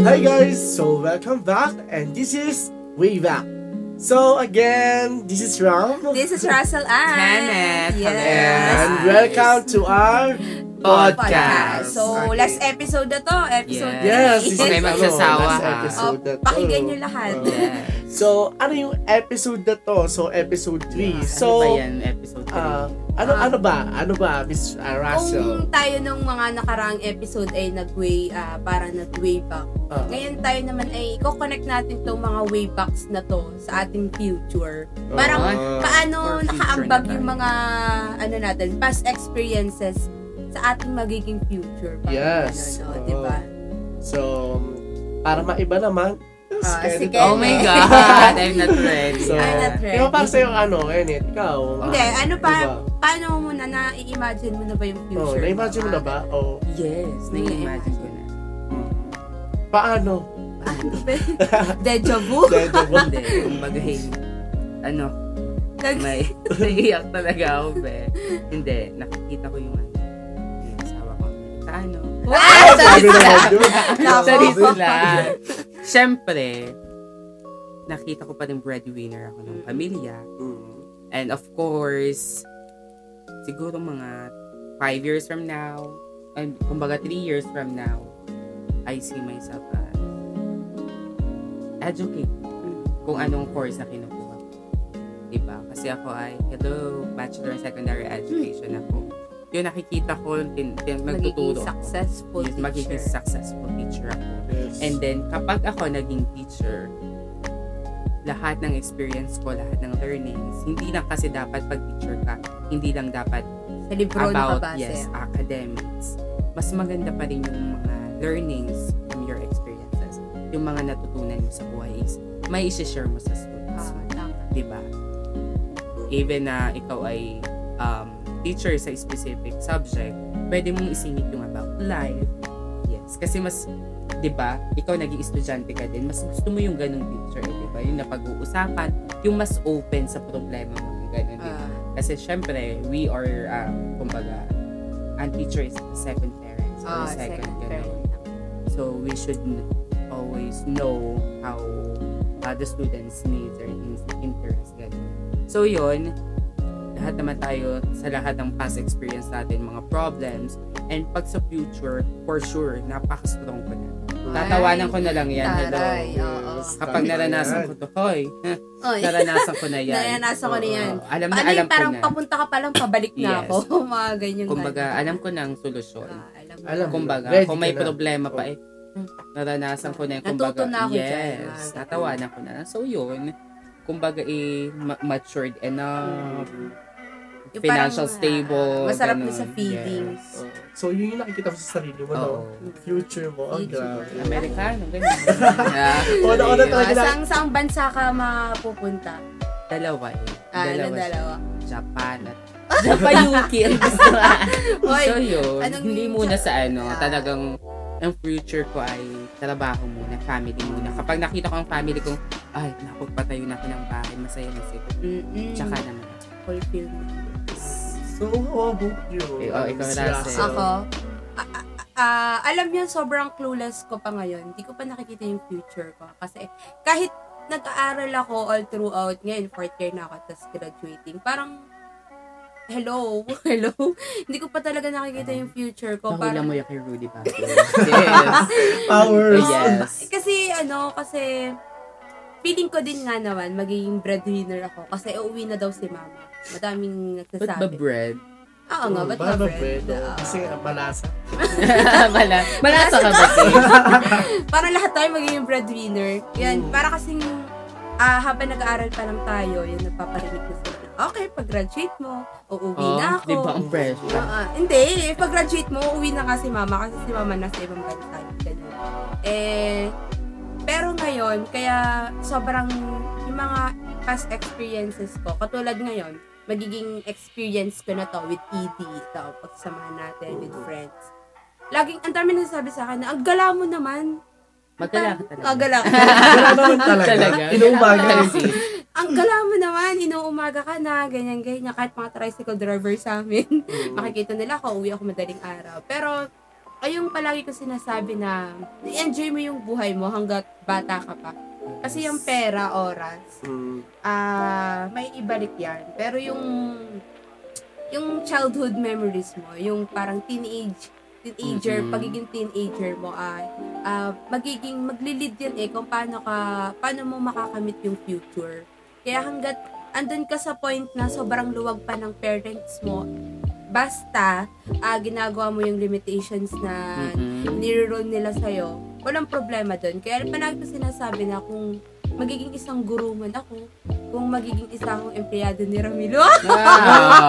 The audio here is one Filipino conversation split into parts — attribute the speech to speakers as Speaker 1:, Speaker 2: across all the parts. Speaker 1: Hi guys, so welcome back and this is Way Back. So again, this is Ram
Speaker 2: This is Russell Ann.
Speaker 3: Kenneth,
Speaker 2: Yes.
Speaker 1: and welcome to our
Speaker 3: Podcast.
Speaker 2: So,
Speaker 1: Okay.
Speaker 2: last episode na to. Episode
Speaker 1: Yes, this is
Speaker 2: three.
Speaker 3: Okay,
Speaker 1: ano,
Speaker 3: magsasawa
Speaker 1: last
Speaker 3: ka.
Speaker 1: episode na to.
Speaker 2: Oh, Pakinggan nyo lahat.
Speaker 1: Oo. So, ano yung episode na to? So, episode 3. So,
Speaker 3: ano ba yan? Episode 3?
Speaker 1: ah, ano, ano ba? Ano ba, Miss ah, Russell?
Speaker 2: Kung tayo nung mga nakaraang episode ay nag-way, ah, parang nag-way back.
Speaker 1: Ah.
Speaker 2: Ngayon tayo naman ay i-connect natin tong mga way backs na to sa ating future. Parang
Speaker 1: Ah.
Speaker 2: paano
Speaker 3: Or future
Speaker 2: nakaambag
Speaker 3: na tayo.
Speaker 2: yung mga ano natin, past experiences sa ating magiging future. Parang
Speaker 1: Yes.
Speaker 2: Ano, no,
Speaker 1: Oo.
Speaker 2: diba?
Speaker 1: So, para maiba naman,
Speaker 2: Ah, si
Speaker 1: Kenneth.
Speaker 2: Kenneth.
Speaker 3: Oh my God, I'm not ready.
Speaker 1: So,
Speaker 2: I'm not ready.
Speaker 1: Di ba para sa'yo ano, Kenneth? Ikaw?
Speaker 2: Hindi,
Speaker 1: ah,
Speaker 2: ano pa,
Speaker 1: diba?
Speaker 2: paano mo na na-imagine mo na ba yung
Speaker 1: Oh,
Speaker 2: future?
Speaker 1: na-imagine mo na ba? Oh.
Speaker 3: Yes, na-imagine ko na.
Speaker 1: Paano?
Speaker 2: Ano? Deja vu?
Speaker 1: Deja vu.
Speaker 3: Hindi, kung mag ano,
Speaker 2: Nag-
Speaker 3: may naiiyak talaga ako, be. Hindi, nakikita ko yung ano, yung asawa ko. Sa ano?
Speaker 2: Ah!
Speaker 1: Sabi naman yun.
Speaker 2: Nako.
Speaker 3: Sa reason lang. Siyempre, nakita ko pa rin breadwinner ako ng pamilya.
Speaker 1: Mm.
Speaker 3: And of course, siguro mga five years from now, and kumbaga three years from now, I see myself as educate kung anong course na kinukuha ko. Diba? Kasi ako ay, hello, Bachelor in Secondary Education ako. Yung nakikita ko, tin, tin,
Speaker 2: Magiging
Speaker 3: magtuturo ako.
Speaker 2: successful
Speaker 3: Yes, magiging
Speaker 2: teacher.
Speaker 3: successful teacher ako.
Speaker 1: Yes.
Speaker 3: And then, kapag ako naging teacher, lahat ng experience ko, lahat ng learnings, hindi lang kasi dapat pag teacher ka, hindi lang dapat
Speaker 2: Sa libro
Speaker 3: about,
Speaker 2: nakabase.
Speaker 3: yes, academics. Mas maganda pa rin yung mga learnings from your experiences. Yung mga natutunan mo sa buhay is, may isi-share mo sa students.
Speaker 2: Ah, tama.
Speaker 3: di ba? Even na ikaw ay um, teacher sa specific subject, pwede mong isingit yung about life. Yes. Kasi mas, di ba, ikaw naging estudyante ka din, mas gusto mo yung ganung teacher, eh, di ba? Yung napag-uusapan, yung mas open sa problema mo, yung ganun, di ba?
Speaker 2: Ah,
Speaker 3: Kasi syempre, we are, um, kumbaga, ang teacher is the second parents
Speaker 2: ah,
Speaker 3: or second,
Speaker 2: second
Speaker 3: ganun.
Speaker 2: parent.
Speaker 3: So we should n- always know how uh, the students' needs or in- interests. Ganun. So yun, lahat naman tayo sa lahat ng past experience natin, mga problems, and pag sa future, for sure, napaka-strong ko na. Tatawanan ko na lang yan. Hello.
Speaker 2: Taray, oo.
Speaker 1: Yes.
Speaker 3: Kapag
Speaker 1: Tama yan.
Speaker 3: naranasan ko to, hoy,
Speaker 2: Oy.
Speaker 3: naranasan ko na yan.
Speaker 2: Naranasan ko na
Speaker 3: Oo,
Speaker 2: yan.
Speaker 3: Alam na,
Speaker 2: Paano
Speaker 3: alam
Speaker 2: yung parang
Speaker 3: ko na.
Speaker 2: papunta ka pa lang, pabalik na
Speaker 3: Yes.
Speaker 2: ako. Mga ganyan.
Speaker 3: Kumbaga, alam ko na ang solusyon.
Speaker 2: Ah, alam mo.
Speaker 1: Alam mo.
Speaker 3: kumbaga,
Speaker 1: Ready
Speaker 3: kung
Speaker 1: ka
Speaker 3: may
Speaker 1: na.
Speaker 3: problema pa
Speaker 1: Oh.
Speaker 3: eh, naranasan ko na yun.
Speaker 2: Natuto
Speaker 3: Kumbaga,
Speaker 2: na ako dyan.
Speaker 3: yes,
Speaker 2: Ah,
Speaker 3: natawanan ko na. So, yun, kumbaga, eh, ma- matured enough,
Speaker 2: Mm. Yung
Speaker 3: financial
Speaker 2: parang, ah,
Speaker 3: stable.
Speaker 2: Masarap na
Speaker 3: ganun.
Speaker 2: sa feelings.
Speaker 3: Yes.
Speaker 1: Oh. So, yun yung nakikita mo sa sarili mo, no?
Speaker 3: Oo.
Speaker 1: Future mo. Ang
Speaker 2: Future.
Speaker 1: grabe.
Speaker 3: Oh, Amerikano, ganyan. Ah,
Speaker 1: Una-una
Speaker 3: ayun.
Speaker 1: talaga.
Speaker 2: Ah, saang, saang bansa ka mapupunta?
Speaker 3: Dalawa eh.
Speaker 2: Ah, ano,
Speaker 3: siya.
Speaker 2: dalawa.
Speaker 3: Japan at Japayuki ang gusto ko.
Speaker 2: Hoy,
Speaker 3: So yun,
Speaker 2: anong-
Speaker 3: hindi muna sa ano,
Speaker 2: Ah.
Speaker 3: talagang ang future ko ay trabaho muna, family muna. Kapag nakita ko ang family kong, ay, napagpatayo na ako ng bahay, masaya na sila.
Speaker 2: Mm-mm.
Speaker 3: Tsaka naman.
Speaker 2: fulfillment.
Speaker 1: So, how about you?
Speaker 3: Eh, oh, ikaw,
Speaker 1: Miss
Speaker 3: Russell.
Speaker 1: Russell?
Speaker 2: Ako, ah, ah, ah, alam niyo, sobrang clueless ko pa ngayon. Hindi ko pa nakikita yung future ko. Kasi kahit nag-aaral ako all throughout, ngayon fourth year na ako, tapos graduating, parang, hello, hello. Hindi ko pa talaga nakikita yung future ko.
Speaker 3: Nahula
Speaker 2: Parang,
Speaker 3: Ano? mo yung kay Rudy ba? yes.
Speaker 1: Powers.
Speaker 3: Oh, yes.
Speaker 2: Kasi ano, kasi feeling ko din nga naman magiging breadwinner ako kasi uuwi na daw si mama. Madaming
Speaker 3: Ba't ba
Speaker 2: nagsasabi.
Speaker 3: bread?
Speaker 2: Oo nga, ba't ba
Speaker 1: Paano
Speaker 2: bread?
Speaker 1: pwede?
Speaker 2: Oo.
Speaker 1: Kasi ang malasa.
Speaker 3: Mala. Malasa ka ba?
Speaker 2: Para lahat tayo magiging breadwinner. Yan,
Speaker 1: Mm.
Speaker 2: para kasing ah, habang nag-aaral pa lang tayo, yun napaparinig ko sila. na, Okay, pag-graduate mo, uuwi
Speaker 3: Oh,
Speaker 2: na ako.
Speaker 3: di ba ang pressure?
Speaker 2: Ah, ah, hindi, pag-graduate mo, uuwi na kasi mama kasi si mama nasa ibang bansa. Ganun. Eh, pero ngayon, kaya sobrang yung mga past experiences ko, katulad ngayon, magiging experience ko na to with ED, ito, pagsamahan natin with friends. Laging, ang dami nagsasabi sa akin na, ang gala mo naman.
Speaker 3: Magkala ka talaga.
Speaker 2: Ang gala ko.
Speaker 1: Wala naman talaga.
Speaker 3: Talaga.
Speaker 1: Inuumaga.
Speaker 3: Talaga, sis.
Speaker 2: ang gala mo naman, inuumaga ka na, ganyan, ganyan. Kahit mga tricycle driver sa amin.
Speaker 1: Mm.
Speaker 2: makikita nila ako, uwi ako madaling araw. Pero, ay yung palagi ko sinasabi na enjoy mo yung buhay mo hanggat bata ka pa. Kasi yung pera, oras,
Speaker 1: Mm.
Speaker 2: ah may ibalik yan. Pero yung yung childhood memories mo, yung parang teenage teenager,
Speaker 3: Mhm.
Speaker 2: pagiging teenager mo ay ah, magiging maglilid yan eh kung paano ka paano mo makakamit yung future. Kaya hanggat andun ka sa point na sobrang luwag pa ng parents mo, basta ah, ginagawa mo yung limitations na
Speaker 3: Mm-hmm. Mm-mm.
Speaker 2: nirerun nila sa'yo, walang problema doon. Kaya palagi ko sinasabi na kung magiging isang guru man ako, kung magiging isa akong empleyado ni Ramilo.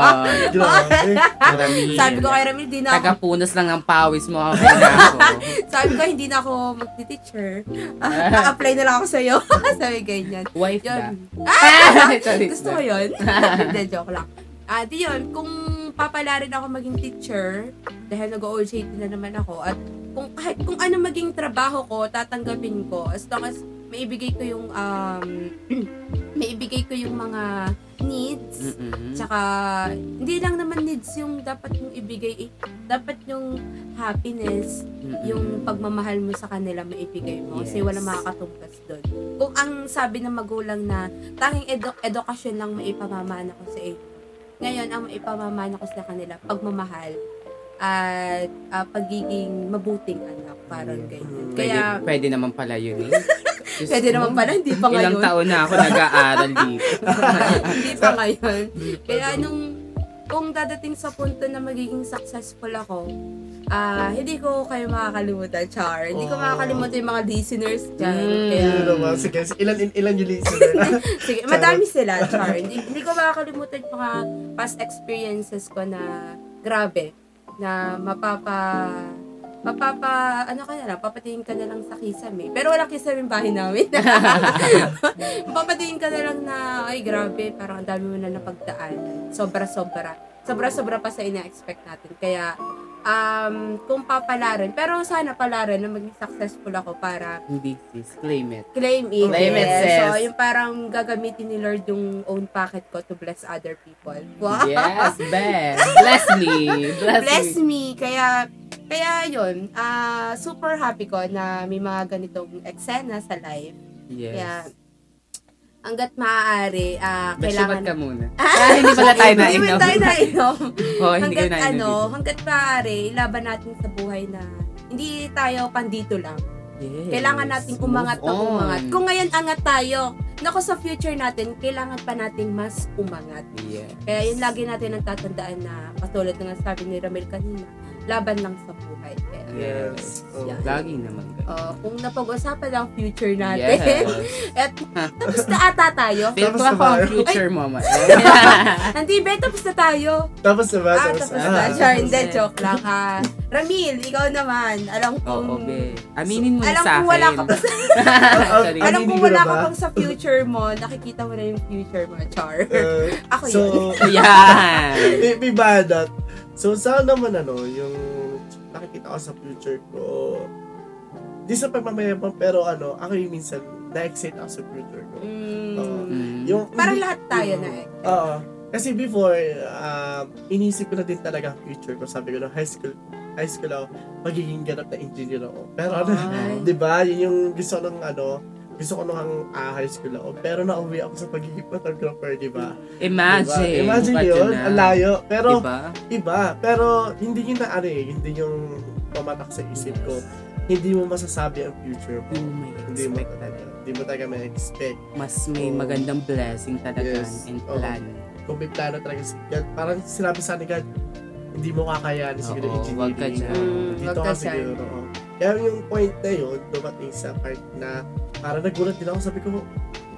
Speaker 3: Ah,
Speaker 1: Grabe.
Speaker 3: Ramil.
Speaker 2: sabi ko kay Ramil, di na ako,
Speaker 3: Tagapunas lang ang pawis mo ako. ako.
Speaker 2: sabi ko, hindi na ako magti-teacher. apply na lang ako sa'yo. sabi ganyan.
Speaker 3: Wife
Speaker 2: Yun.
Speaker 3: na.
Speaker 2: Ah,
Speaker 3: Sorry.
Speaker 2: Gusto ko yun. Hindi, joke lang. Ah, di yun, kung papala rin ako maging teacher, dahil nag-OJT na naman ako, at kung kahit kung ano maging trabaho ko, tatanggapin ko as long as may ibigay ko yung um, may ibigay ko yung mga needs
Speaker 3: Mm-mm.
Speaker 2: tsaka hindi lang naman needs yung dapat yung ibigay eh. dapat yung happiness
Speaker 3: Mm-mm.
Speaker 2: yung pagmamahal mo sa kanila maibigay mo kasi
Speaker 3: Yes.
Speaker 2: wala makakatumpas doon. Kung ang sabi ng magulang na tanging edu- edukasyon lang maipamamana ko sa inyo. Ngayon, ang maipamamana ko sa kanila, pagmamahal at ah, pagiging mabuting anak. Parang ganyan.
Speaker 1: Mm.
Speaker 2: Kaya,
Speaker 3: Pwede, pwede naman pala yun eh. Diyos
Speaker 2: pwede
Speaker 3: ko.
Speaker 2: naman pala, hindi pa
Speaker 3: Ilang
Speaker 2: ngayon.
Speaker 3: taon na ako nag-aaral dito.
Speaker 2: hindi pa ngayon. Kaya nung, kung dadating sa punto na magiging successful ako, ah hindi ko kayo makakalimutan, Char. Hindi ko
Speaker 1: Oh.
Speaker 2: makakalimutan yung mga listeners dyan.
Speaker 3: Mm.
Speaker 2: Kaya,
Speaker 1: Sino naman? Sige, ilan, ilan yung listener?
Speaker 2: Sige,
Speaker 1: Charot.
Speaker 2: madami sila, Char. hindi, hindi ko makakalimutan yung mga past experiences ko na grabe, na mapapa mapapa, ano ka na lang, papatingin ka na lang sa kisame. Pero walang kisame yung bahay namin. papatingin ka na lang na, ay grabe, parang ang dami mo na napagdaan. Sobra-sobra. Sobra-sobra pa sa ina-expect natin. Kaya, um, kung papalaran, pero sana palaran na maging successful ako para
Speaker 3: Hindi sis, claim it.
Speaker 2: Claim it.
Speaker 3: Claim it,
Speaker 2: yes.
Speaker 3: sis.
Speaker 2: So, yung parang gagamitin ni Lord yung own pocket ko to bless other people. Wow.
Speaker 3: Yes, best. Bless me. Bless,
Speaker 2: Bless
Speaker 3: me.
Speaker 2: me. Kaya, kaya yun, ah, super happy ko na may mga ganitong eksena sa life.
Speaker 3: Yes.
Speaker 2: Kaya, hanggat maaari, ah, kailangan...
Speaker 3: Kailangan... ka muna. Ah, hindi pala tayo na
Speaker 2: Hindi
Speaker 3: inom.
Speaker 2: man tayo nainom.
Speaker 3: Oh, hindi ko
Speaker 2: hanggat
Speaker 3: na
Speaker 2: ano, hanggat maaari, ilaban natin sa buhay na hindi tayo pandito lang. Kailangan nating umangat ng umangat. Kung ngayon angat tayo, naku sa future natin, kailangan pa nating mas umangat.
Speaker 3: Yes.
Speaker 2: Kaya yun lagi natin ang tatandaan na patulad ng sabi ni Ramel kanina, laban lang sa buhay. Kaya,
Speaker 1: Yes. Oh.
Speaker 2: Yeah.
Speaker 3: Lagi naman ganun.
Speaker 2: oh, kung napag-usapan ang future natin,
Speaker 3: Yes.
Speaker 2: at tapos na ata tayo.
Speaker 3: Feel ko ako ang future mama.
Speaker 2: Hindi, be, tapos na tayo.
Speaker 1: Tapos naman,
Speaker 2: Ah,
Speaker 1: tapos na.
Speaker 2: tapos na.
Speaker 3: Ah,
Speaker 2: Sure, hindi,
Speaker 3: tapos na.
Speaker 2: joke lang ha. Ramil, ikaw naman. Alam kong,
Speaker 3: Oo, be. Aminin mo na
Speaker 2: alam
Speaker 3: sa akin.
Speaker 2: kong wala ka pa sa
Speaker 1: Ah,
Speaker 3: Sorry.
Speaker 1: ah,
Speaker 2: Alam
Speaker 1: Aminin
Speaker 2: ko
Speaker 1: ko na
Speaker 2: wala ka
Speaker 1: ba?
Speaker 2: pang sa future mo, nakikita mo na yung future mo, Char.
Speaker 1: Uh,
Speaker 2: Ako
Speaker 1: so,
Speaker 2: yun.
Speaker 3: Yan.
Speaker 1: may, may badat. So, sana naman ano, yung nakikita ko sa future ko, di sa pagmamayabang, pero ano, ako yung minsan, na-excite ako sa future ko.
Speaker 2: Mm.
Speaker 1: Oo.
Speaker 3: Mm.
Speaker 1: Yung,
Speaker 2: Parang lahat tayo na eh.
Speaker 1: Mm. Oo. Kasi before, um, inisip ko na din talaga ang future ko. Sabi ko na high school, high school ako, magiging ganap na engineer ako. Pero ano,
Speaker 2: Ay.
Speaker 1: di ba, yun yung gusto ko ng ano, gusto ko nung ah, high school ako. Pero nauwi ako sa pagiging photographer, di ba?
Speaker 3: Imagine.
Speaker 1: Diba? Imagine
Speaker 3: Ba't
Speaker 1: yun,
Speaker 3: na?
Speaker 1: ang layo. Pero
Speaker 3: Diba?
Speaker 1: iba. Pero hindi yun na ano eh, hindi yung pumatak sa isip ko.
Speaker 3: "Oh
Speaker 1: Hindi mo masasabi ang future
Speaker 3: Hindi
Speaker 1: mo.
Speaker 3: mo may
Speaker 1: Hindi mo
Speaker 3: expect
Speaker 1: talaga,
Speaker 3: talaga.
Speaker 1: hindi mo talaga may expect.
Speaker 3: Mas may
Speaker 1: Oo.
Speaker 3: magandang blessing talaga
Speaker 1: Yes. Oh.
Speaker 3: and
Speaker 1: Oo.
Speaker 3: plan.
Speaker 1: Kung may plano talaga si God, parang sinabi sa ni God, hindi mo kakayanin siguro
Speaker 3: Oo,
Speaker 1: engineering.
Speaker 3: wag ka dyan.
Speaker 2: Mm,
Speaker 1: Dito
Speaker 2: wag ka
Speaker 1: ka
Speaker 2: dyan.
Speaker 1: siguro. oo. Kaya yung point na yun, dumating sa part na parang nagulat din ako. Sabi ko,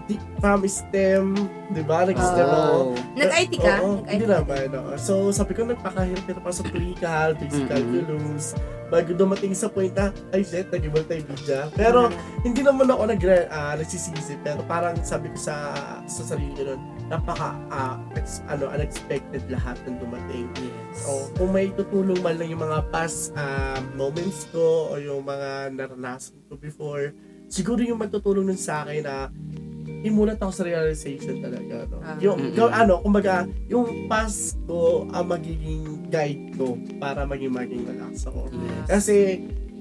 Speaker 1: di, from STEM, di ba? Oh. Nag-STEM ako.
Speaker 3: Oo.
Speaker 2: Nag-IT Ah. ka?
Speaker 1: Oo,
Speaker 2: Nag-IT
Speaker 1: hindi
Speaker 2: ka
Speaker 1: naman. Oo. So, sabi ko, nagpakahirap na pa sa clinical,
Speaker 3: Mhm.
Speaker 1: basic calculus, bago dumating sa point na, ay, shit, nag-ibang tayo bidya. Pero, hindi naman ako nag uh, nagsisisi, pero parang sabi ko sa, sa sarili ko nun, napaka, ah, ex- ano, unexpected lahat ng dumating.
Speaker 3: Yes.
Speaker 1: So, kung may tutulong man lang yung mga past ah, moments ko o yung mga naranasan ko before, siguro yung magtutulong nun sa akin na imulat ako sa realization talaga. No?
Speaker 2: Ah.
Speaker 1: Yung,
Speaker 3: Mm-mm.
Speaker 1: yung ano, kumbaga, yung past ko ang magiging guide ko para maging maging relax ako.
Speaker 3: Yes.
Speaker 1: Kasi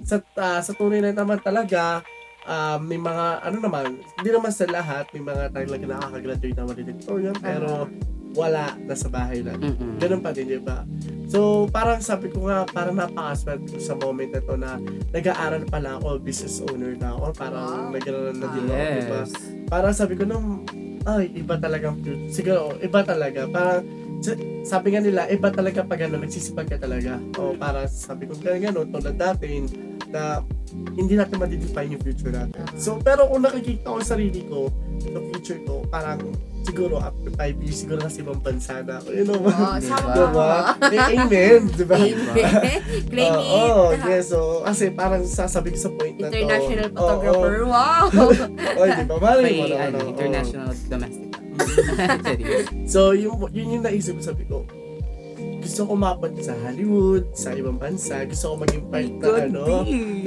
Speaker 1: sa ah, sa tunay na naman talaga ah, may mga ano naman, hindi naman sa lahat may mga talaga nakakagraduate na valedictorian pero wala nasa bahay lang.
Speaker 3: Mm-mm.
Speaker 1: Ganun pa din, di ba? So, parang sabi ko nga, parang napakaswerte ko sa moment na to na nag-aaral pala ako, business owner na ako, parang
Speaker 2: Wow.
Speaker 1: nag-aaral na din ako, di ba? Diba?
Speaker 3: Yes.
Speaker 1: Parang sabi ko nung, ay, iba talaga ang future. Siguro, iba talaga. Parang, sa- sabi nga nila, iba talaga pag ano, nagsisipag ka talaga. O parang sabi ko, kaya gano'n, tulad natin, na hindi natin ma-define yung future natin. So, pero kung nakikita ko ang sarili ko, yung future ko, parang siguro after 5 years, siguro nasa ibang bansa na ako. You know,
Speaker 2: Oh,
Speaker 3: Diba?
Speaker 2: sama
Speaker 1: Diba? Eh, amen, diba?
Speaker 2: Amen. Claim
Speaker 1: Oo,
Speaker 2: it.
Speaker 1: oh, yes. So, kasi parang sasabi ko sa point na to.
Speaker 2: International
Speaker 1: Oo,
Speaker 2: photographer. Wow!
Speaker 1: Oo, oh, di ba? Malay mo
Speaker 3: May,
Speaker 1: naman.
Speaker 3: ano,
Speaker 1: oo.
Speaker 3: international domestic. Sorry.
Speaker 1: So, yun, yun yung naisip ko, sabi ko, gusto ko mapunta sa Hollywood, sa ibang bansa, gusto ko maging part na
Speaker 3: Good
Speaker 1: ano.
Speaker 3: B.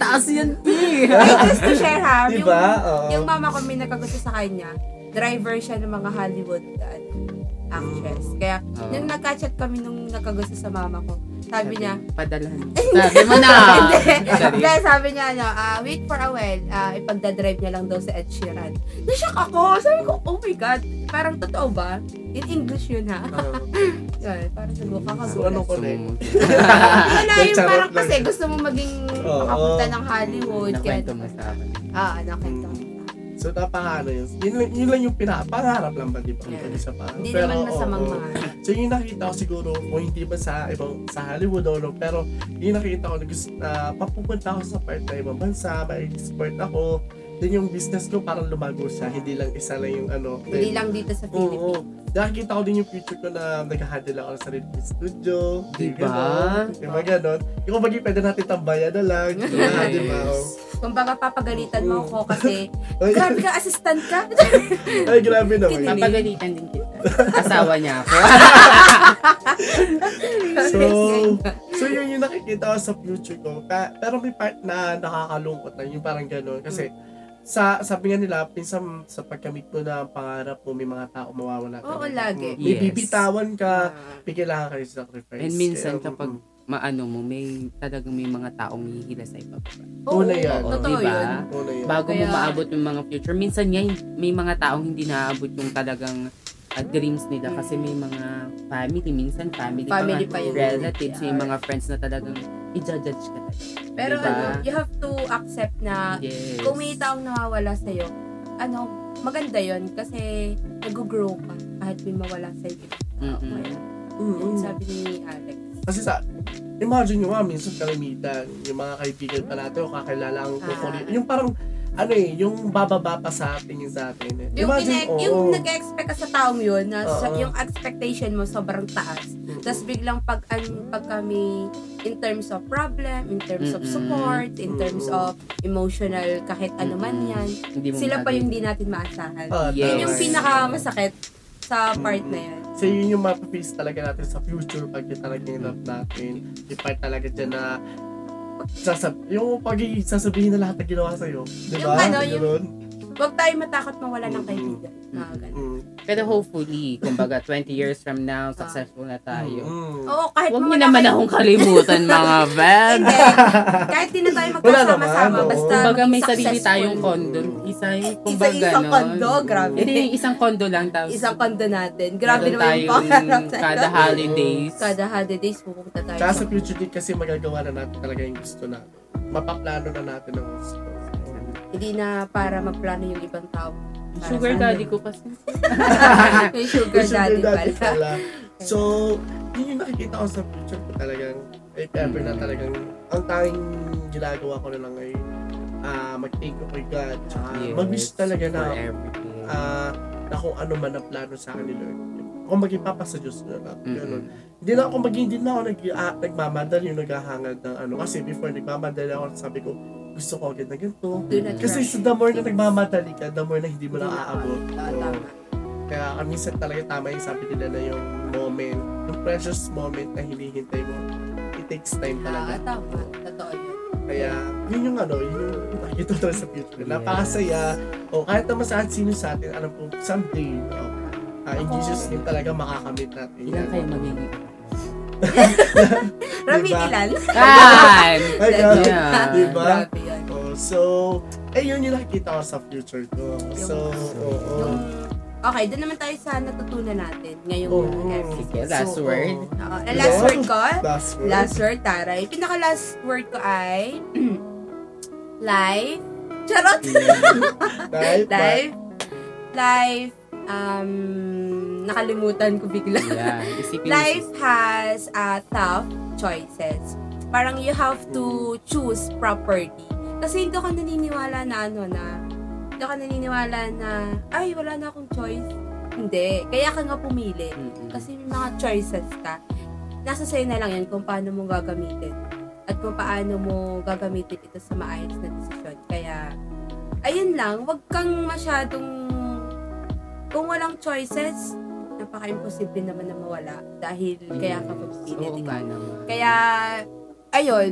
Speaker 3: Taas yan, eh. B.
Speaker 2: Ay, just to share ha,
Speaker 1: Diba? Oo.
Speaker 2: yung, yung mama ko may nagkagusto sa kanya, driver siya ng mga Hollywood uh, actress. Kaya,
Speaker 3: Oo.
Speaker 2: nung nagka-chat kami nung nagkagusto sa mama ko, sabi niya,
Speaker 3: Padalhan. Sabi mo na. Ah. Sorry.
Speaker 2: Hindi, sabi niya, ano, ah, wait for a while, ah, ipagdadrive niya lang daw si Ed Sheeran. Nashock ako! Sabi ko, oh my God, parang totoo ba? In English yun ha?
Speaker 1: Oo.
Speaker 2: Yun, parang sabi ko, kakagulat.
Speaker 1: so, ano ko na yun?
Speaker 3: Sumunod.
Speaker 2: Wala yung
Speaker 1: Charot
Speaker 2: parang
Speaker 1: lang
Speaker 2: kasi
Speaker 1: yun.
Speaker 2: gusto mo maging
Speaker 1: Oo.
Speaker 2: makapunta ng Hollywood. kaya-
Speaker 3: Nakwento mo sa akin.
Speaker 2: Ah,
Speaker 1: Mm.
Speaker 2: nakwento. mo.
Speaker 1: So, napakano yun. Yun, lang- yun lang yung pina, pangarap lang ba, di ba?
Speaker 2: Yeah.
Speaker 1: Hindi sa pangarap.
Speaker 2: Hindi
Speaker 1: Pero,
Speaker 2: naman
Speaker 1: oo,
Speaker 2: masamang
Speaker 1: oo.
Speaker 2: mga.
Speaker 1: So, yung nakita ko siguro, o hindi ba sa ibang, sa Hollywood o ano, pero yung nakita ko na gusto, na papupunta ako sa part na ibang bansa, ma-export ako, then yung business ko parang lumago siya, hindi lang isa lang yung ano.
Speaker 2: Hindi lang dito sa
Speaker 1: Oo.
Speaker 2: Philippines.
Speaker 1: Nakikita ko din yung future ko na nag-handle ako ng sarili kong studio.
Speaker 3: Diba?
Speaker 1: Yung mga ganon. Yung kumbaga pwede natin tambayan na lang. Diba?
Speaker 3: Yes.
Speaker 1: diba?
Speaker 2: Kung baga papagalitan mo ako kasi,
Speaker 1: Ay,
Speaker 2: grabe ka, assistant ka.
Speaker 1: ay, grabe naman.
Speaker 2: Kinilig.
Speaker 3: Papagalitan din kita. Asawa niya ako.
Speaker 1: So, so yun yung nakikita ko sa future ko. Ka- Pero may part na nakakalungkot na yung parang ganon. Kasi
Speaker 2: Mm.
Speaker 1: sa sabi nga nila, pinsan sa pagkamit mo na ang pangarap mo, may mga tao mawawala.
Speaker 2: Oo,
Speaker 1: talaga. Mm.
Speaker 2: lagi.
Speaker 1: May
Speaker 3: Yes.
Speaker 1: bibitawan ka,
Speaker 2: Ah.
Speaker 1: may kailangan ka rin sacrifice.
Speaker 3: And minsan
Speaker 1: Kaya, mm,
Speaker 3: kapag maano mo, may talagang may mga taong hihila sa iba.
Speaker 2: Oo,
Speaker 1: Una yan.
Speaker 2: totoo
Speaker 3: Diba?
Speaker 2: yun.
Speaker 1: mm, una yun.
Speaker 3: Bago mo
Speaker 2: Kaya-
Speaker 3: maabot yung mga future, minsan nga yung- may mga taong hindi naabot yung talagang uh, dreams nila kasi may mga family, minsan family,
Speaker 2: Family
Speaker 3: mga
Speaker 2: pa yun.
Speaker 3: relatives,
Speaker 2: Yeah.
Speaker 3: yung mga friends na talagang i-judge ka talaga.
Speaker 2: Pero
Speaker 3: Diba?
Speaker 2: ano, you have to accept na
Speaker 3: Yes.
Speaker 2: kung may taong nawawala sa'yo, ano, maganda yon kasi nag-grow ka kahit may mawala sa'yo.
Speaker 3: Mm-mm.
Speaker 2: Ayun.
Speaker 1: Mm,
Speaker 2: Yun
Speaker 1: mm.
Speaker 2: sabi ni Alex.
Speaker 1: Kasi sa, imagine nyo nga, minsan kalamitan, yung mga kaibigan pa natin, o kakilala ang
Speaker 2: Ah.
Speaker 1: kukulit. Yung parang, ano eh, yung bababa pa sa atin yung sa atin. Eh.
Speaker 2: Yung,
Speaker 1: Imagine,
Speaker 2: kinek-
Speaker 1: oo.
Speaker 2: yung nag-expect ka sa taong yun, na sa-
Speaker 1: Oo.
Speaker 2: yung expectation mo sobrang taas.
Speaker 1: Mm.
Speaker 2: Tapos biglang pag, an, pag kami, in terms of problem, in terms of
Speaker 3: Mm-mm.
Speaker 2: support, in terms
Speaker 1: Mm-mm.
Speaker 2: of emotional, kahit ano man
Speaker 3: Mm-mm.
Speaker 2: yan,
Speaker 3: Hindi mo
Speaker 2: sila pa
Speaker 3: magagawa.
Speaker 2: yung di natin maasahan.
Speaker 1: Ah,
Speaker 3: Yes.
Speaker 2: Yun yung
Speaker 1: tama.
Speaker 2: pinakamasakit sa part na yan.
Speaker 1: So yun yung mapapace talaga natin sa future pag yun talaga yung love natin. Yung part talaga dyan na sasab yung pag sasabihin na lahat na ginawa sa'yo. Di ba?
Speaker 2: Yung ano, yung-
Speaker 1: Ganun.
Speaker 2: Huwag tayo matakot mawala ng
Speaker 1: Mm-mm.
Speaker 2: kaibigan. Mga ganun.
Speaker 1: Mm.
Speaker 3: Pero hopefully, kumbaga 20 years from now,
Speaker 2: Ah.
Speaker 3: successful na tayo.
Speaker 1: Mm.
Speaker 2: Oo, kahit
Speaker 3: Huwag niyo
Speaker 2: mawala
Speaker 3: naman
Speaker 2: kayo-
Speaker 3: akong kalimutan mga ben.
Speaker 2: Hindi. kahit di na tayo
Speaker 1: Wala
Speaker 2: magkasama-sama,
Speaker 1: naman, oo.
Speaker 2: Diba? basta
Speaker 3: Kumbaga may
Speaker 2: maging
Speaker 3: sarili
Speaker 2: successful.
Speaker 3: tayong condo. Isa yung kumbaga
Speaker 2: Isa-isang
Speaker 3: nun.
Speaker 2: condo, grabe.
Speaker 3: Hindi, yung isang condo lang. Tapos
Speaker 2: Isang condo natin. Grabe
Speaker 3: meron
Speaker 2: naman yung pangarap
Speaker 3: tayong
Speaker 2: na
Speaker 3: Kada
Speaker 2: yun.
Speaker 3: holidays.
Speaker 2: Kada holidays, pupunta tayo.
Speaker 1: Tsaka
Speaker 2: sa-
Speaker 1: sa future din kasi magagawa na natin talaga yung gusto natin. Mapaplano na natin ang gusto.
Speaker 2: Hindi na para maplano yung ibang tao. Para
Speaker 3: Sugar
Speaker 2: sa-
Speaker 3: daddy ko kasi.
Speaker 2: Yung sugar
Speaker 1: Yung
Speaker 2: daddy
Speaker 1: daddy
Speaker 2: pala.
Speaker 1: pala. So, yun yung nakikita ko sa future ko talagang, if ever
Speaker 2: Mm.
Speaker 1: na talagang, ang tanging ginagawa ko na lang ay ah mag-thank you kay God. Tsaka
Speaker 3: Yes,
Speaker 1: Ah, mag-wish talaga na
Speaker 3: for everything.
Speaker 1: ah na kung ano man ang plano sa akin ni Lord. Kung maging papa sa Diyos na lang.
Speaker 3: Mm-mm.
Speaker 1: Yun, Lord. Hindi na ako maging, hindi na ako nag, ah, nagmamadal yung naghahangad ng ano. Kasi before nagmamadal ako, sabi ko, gusto ko agad na ganito.
Speaker 2: Do not
Speaker 1: Kasi
Speaker 2: rush.
Speaker 1: sa the more na nagmamadali ka, the more na hindi mo na aabot.
Speaker 2: Ah,
Speaker 1: So,
Speaker 2: tama.
Speaker 1: kaya kami sa talaga tama yung sabi nila na yung moment, yung precious moment na hinihintay mo, it takes time
Speaker 2: Ah,
Speaker 1: talaga.
Speaker 2: tama. Totoo yun.
Speaker 1: Kaya, yun yung ano, yun yung nakikita ko sa future. Napakasaya. O kahit naman sa sino sa atin, alam ko, someday, no? Ah, in
Speaker 2: Ako-
Speaker 1: Jesus name talaga makakamit natin.
Speaker 3: Ilan kayo magiging?
Speaker 2: Rabi
Speaker 1: Diba?
Speaker 2: Ilan.
Speaker 3: Time!
Speaker 1: Ay,
Speaker 2: Yeah.
Speaker 1: God. Diba?
Speaker 2: Grabe yun.
Speaker 1: Oh, so, eh, yun yung nakikita ko sa future ko. So, oo.
Speaker 2: Yung, okay, doon naman tayo sa natutunan natin ngayong
Speaker 1: Oo.
Speaker 2: episode.
Speaker 3: Sige, last
Speaker 1: So,
Speaker 3: word.
Speaker 1: oo.
Speaker 2: Oo, ang last
Speaker 1: Yun.
Speaker 2: word ko,
Speaker 1: Last word.
Speaker 2: last word, taray. Pinaka-last word ko ay life. Charot!
Speaker 1: Diba? Life.
Speaker 2: life. Life. Um, nakalimutan ko bigla.
Speaker 3: Yeah, isipin
Speaker 2: Life has uh, tough choices. Parang you have to choose properly. Kasi hindi ka naniniwala na ano na, hindi ka naniniwala na, ay, wala na akong choice. Hindi. Kaya ka nga pumili.
Speaker 3: Mm-mm.
Speaker 2: Kasi may mga choices ka. Nasa sa'yo na lang yan kung paano mo gagamitin. At kung paano mo gagamitin ito sa maayos na desisyon. Kaya, ayun lang, wag kang masyadong, kung walang choices, napaka-imposible naman na mawala. Dahil kaya ka pagpili,
Speaker 3: Mm. Oo
Speaker 2: di ba?
Speaker 3: nga naman.
Speaker 2: Kaya, ayun,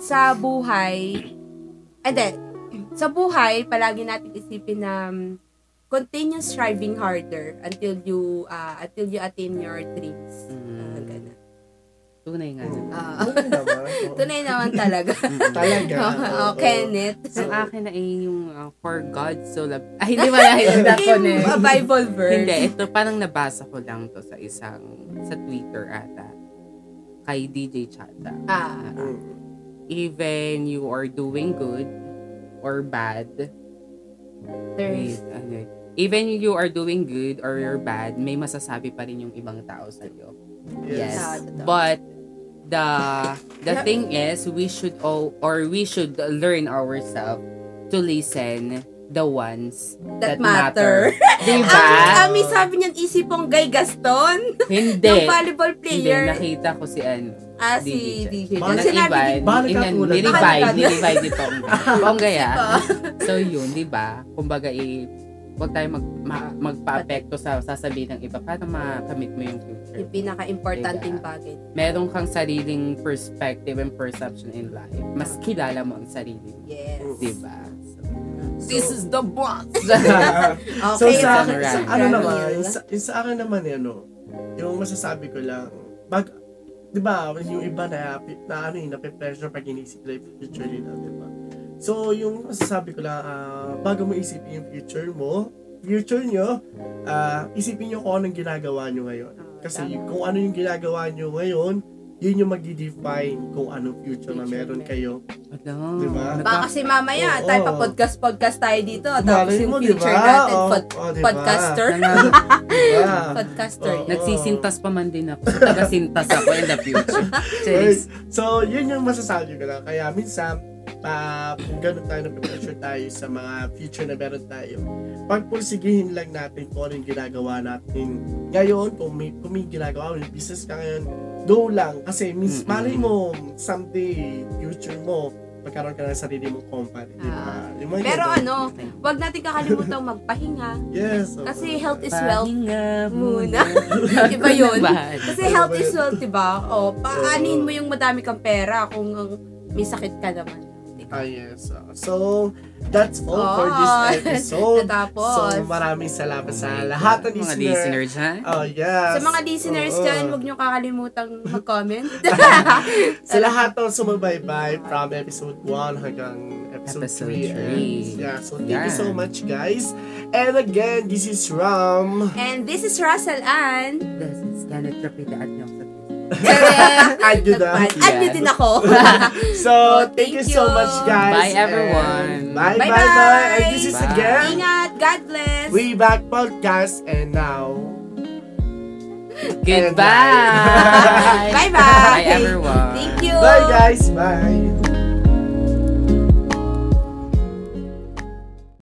Speaker 2: sa buhay, hindi, sa buhay, palagi natin isipin na um, continue striving harder until you ah, until you attain your dreams. Ah,
Speaker 3: Mm,
Speaker 2: ganun.
Speaker 3: tunay nga
Speaker 1: Oo.
Speaker 3: naman.
Speaker 2: Ah,
Speaker 1: Oo naman, oo.
Speaker 2: tunay naman talaga.
Speaker 3: Mm.
Speaker 1: Talaga. oo.
Speaker 2: oh, Kenneth.
Speaker 3: Sa akin na eh, yung uh, for God so love. Ay, hindi wala yun. That's one eh.
Speaker 2: Mm. Yung Bible verse.
Speaker 3: Hindi, ito parang nabasa ko lang to sa isang, sa Twitter ata. Kay DJ Chata. Uh,
Speaker 2: Ah.
Speaker 1: Mm.
Speaker 3: Even you are doing good or bad,
Speaker 2: There's,
Speaker 3: wait, ano yun? even you are doing good or you're bad, may masasabi pa rin yung ibang tao sa'yo.
Speaker 1: Yes.
Speaker 3: Yes.
Speaker 2: Ah, totoo.
Speaker 3: But the the
Speaker 2: Yeah.
Speaker 3: thing is we should all or we should learn ourselves to listen the ones
Speaker 2: That
Speaker 3: that, matter. diba?
Speaker 2: Ang, ang may sabi niyan, isipong Guy Gaston,
Speaker 3: Hindi.
Speaker 2: ng volleyball
Speaker 3: Hindi,
Speaker 2: player.
Speaker 3: nakita ko si ano.
Speaker 2: ah, si DJ.
Speaker 1: Parang
Speaker 3: Parang
Speaker 2: Sinabi
Speaker 3: iba,
Speaker 2: ni
Speaker 1: Balik
Speaker 3: ina-
Speaker 1: ako ulit.
Speaker 3: nirevise,
Speaker 2: Balik ako.
Speaker 3: nirevise ito. Ang gaya.
Speaker 2: Ah.
Speaker 3: So yun, di ba? Kumbaga, i- huwag tayo mag, ma- magpa-apekto sa sasabihin ng iba para makamit mo yung future.
Speaker 2: yung pinaka-importanting
Speaker 3: Diba?
Speaker 2: bagay.
Speaker 3: Meron kang sariling perspective and perception in life. Mas kilala mo ang sarili mo.
Speaker 2: Yes.
Speaker 3: Di
Speaker 1: Diba?
Speaker 3: ba? So,
Speaker 1: So-
Speaker 3: this is the boss!
Speaker 1: Diba?
Speaker 2: Okay.
Speaker 1: so sa,
Speaker 3: Samurai.
Speaker 1: sa ano naman,
Speaker 2: Daniel.
Speaker 1: yung sa, yung sa akin naman eh, ano, yung masasabi ko lang, bag, di ba, yung iba na, na ano yun, nape-pressure pag inisip nila yung future nila, di ba? So, yung masasabi ko lang, ah, bago mo isipin yung future mo, future nyo, ah, isipin nyo kung anong ginagawa nyo ngayon.
Speaker 2: Oh,
Speaker 1: Kasi kung ano yung ginagawa nyo ngayon, yun yung mag-define kung anong future na meron kayo.
Speaker 3: Ano?
Speaker 1: Di ba?
Speaker 2: Baka kasi mamaya,
Speaker 1: Oo.
Speaker 2: tayo pa podcast-podcast tayo dito. Tapos
Speaker 1: Malay
Speaker 2: yung
Speaker 1: mo, di
Speaker 2: future
Speaker 1: ba?
Speaker 2: natin,
Speaker 1: Oh,
Speaker 2: pod-
Speaker 1: oh, di ba?
Speaker 2: podcaster.
Speaker 3: Nang-
Speaker 1: Diba?
Speaker 2: Podcaster.
Speaker 1: Oo.
Speaker 2: yun.
Speaker 3: Nagsisintas pa man din ako. Nagasintas ako in the future. Charis.
Speaker 1: So, yun yung masasabi ko lang. Kaya minsan, pa kung gano'n tayo na-pressure tayo sa mga future na meron tayo, pagpursigihin lang natin kung ano yung ginagawa natin. Ngayon, kung may, kung may ginagawa, may business ka ngayon, go lang. Kasi mis,
Speaker 3: Mm-mm.
Speaker 1: malay mo, someday, future mo, magkaroon ka ng sarili mong company. di ba?
Speaker 2: Ah.
Speaker 1: Yung mga
Speaker 2: Pero
Speaker 1: ganun.
Speaker 2: ano, wag natin kakalimutang magpahinga.
Speaker 1: Yes. oo.
Speaker 2: Kasi health is wealth.
Speaker 3: Pahinga
Speaker 2: muna. Iba yun.
Speaker 3: Ba?
Speaker 2: Kasi
Speaker 1: Ano
Speaker 2: health
Speaker 1: ba
Speaker 2: is
Speaker 1: yun?
Speaker 2: wealth, diba? O, paanin
Speaker 1: Oo.
Speaker 2: mo yung madami kang pera kung uh, may sakit ka naman.
Speaker 1: Ah, yes. oo. so, that's all for
Speaker 2: Oh.
Speaker 1: this episode.
Speaker 2: Natapos.
Speaker 1: So, maraming salamat sa
Speaker 3: Mga
Speaker 1: lahat ng
Speaker 3: Mga
Speaker 1: listeners.
Speaker 3: listeners, ha?
Speaker 1: Oh, yes.
Speaker 2: Sa mga listeners
Speaker 1: Oo.
Speaker 2: dyan, huwag nyo kakalimutang mag-comment.
Speaker 1: Sa lahat ng sumubaybay from episode 1 hanggang episode, 3.
Speaker 3: Episode
Speaker 1: And,
Speaker 3: three.
Speaker 1: yeah, so thank you
Speaker 3: Yeah.
Speaker 1: so much, guys. And again, this is Ram.
Speaker 2: And this is Russell Ann.
Speaker 3: This is Kenneth Rapida at Nelson.
Speaker 1: At yun na.
Speaker 2: Nagpahal. At yun din ako.
Speaker 1: So,
Speaker 2: Oh,
Speaker 1: thank,
Speaker 2: thank
Speaker 1: you so
Speaker 2: you.
Speaker 1: much, guys.
Speaker 3: Bye, everyone.
Speaker 1: And Bye, bye, bye,
Speaker 2: Bye-bye.
Speaker 1: And this is
Speaker 3: Bye.
Speaker 1: again,
Speaker 2: Ingat. God bless.
Speaker 1: We Back Podcast. And now,
Speaker 3: Goodbye!
Speaker 1: Bye.
Speaker 2: Bye-bye.
Speaker 3: Bye, everyone.
Speaker 2: Thank you.
Speaker 1: bye, guys. Bye.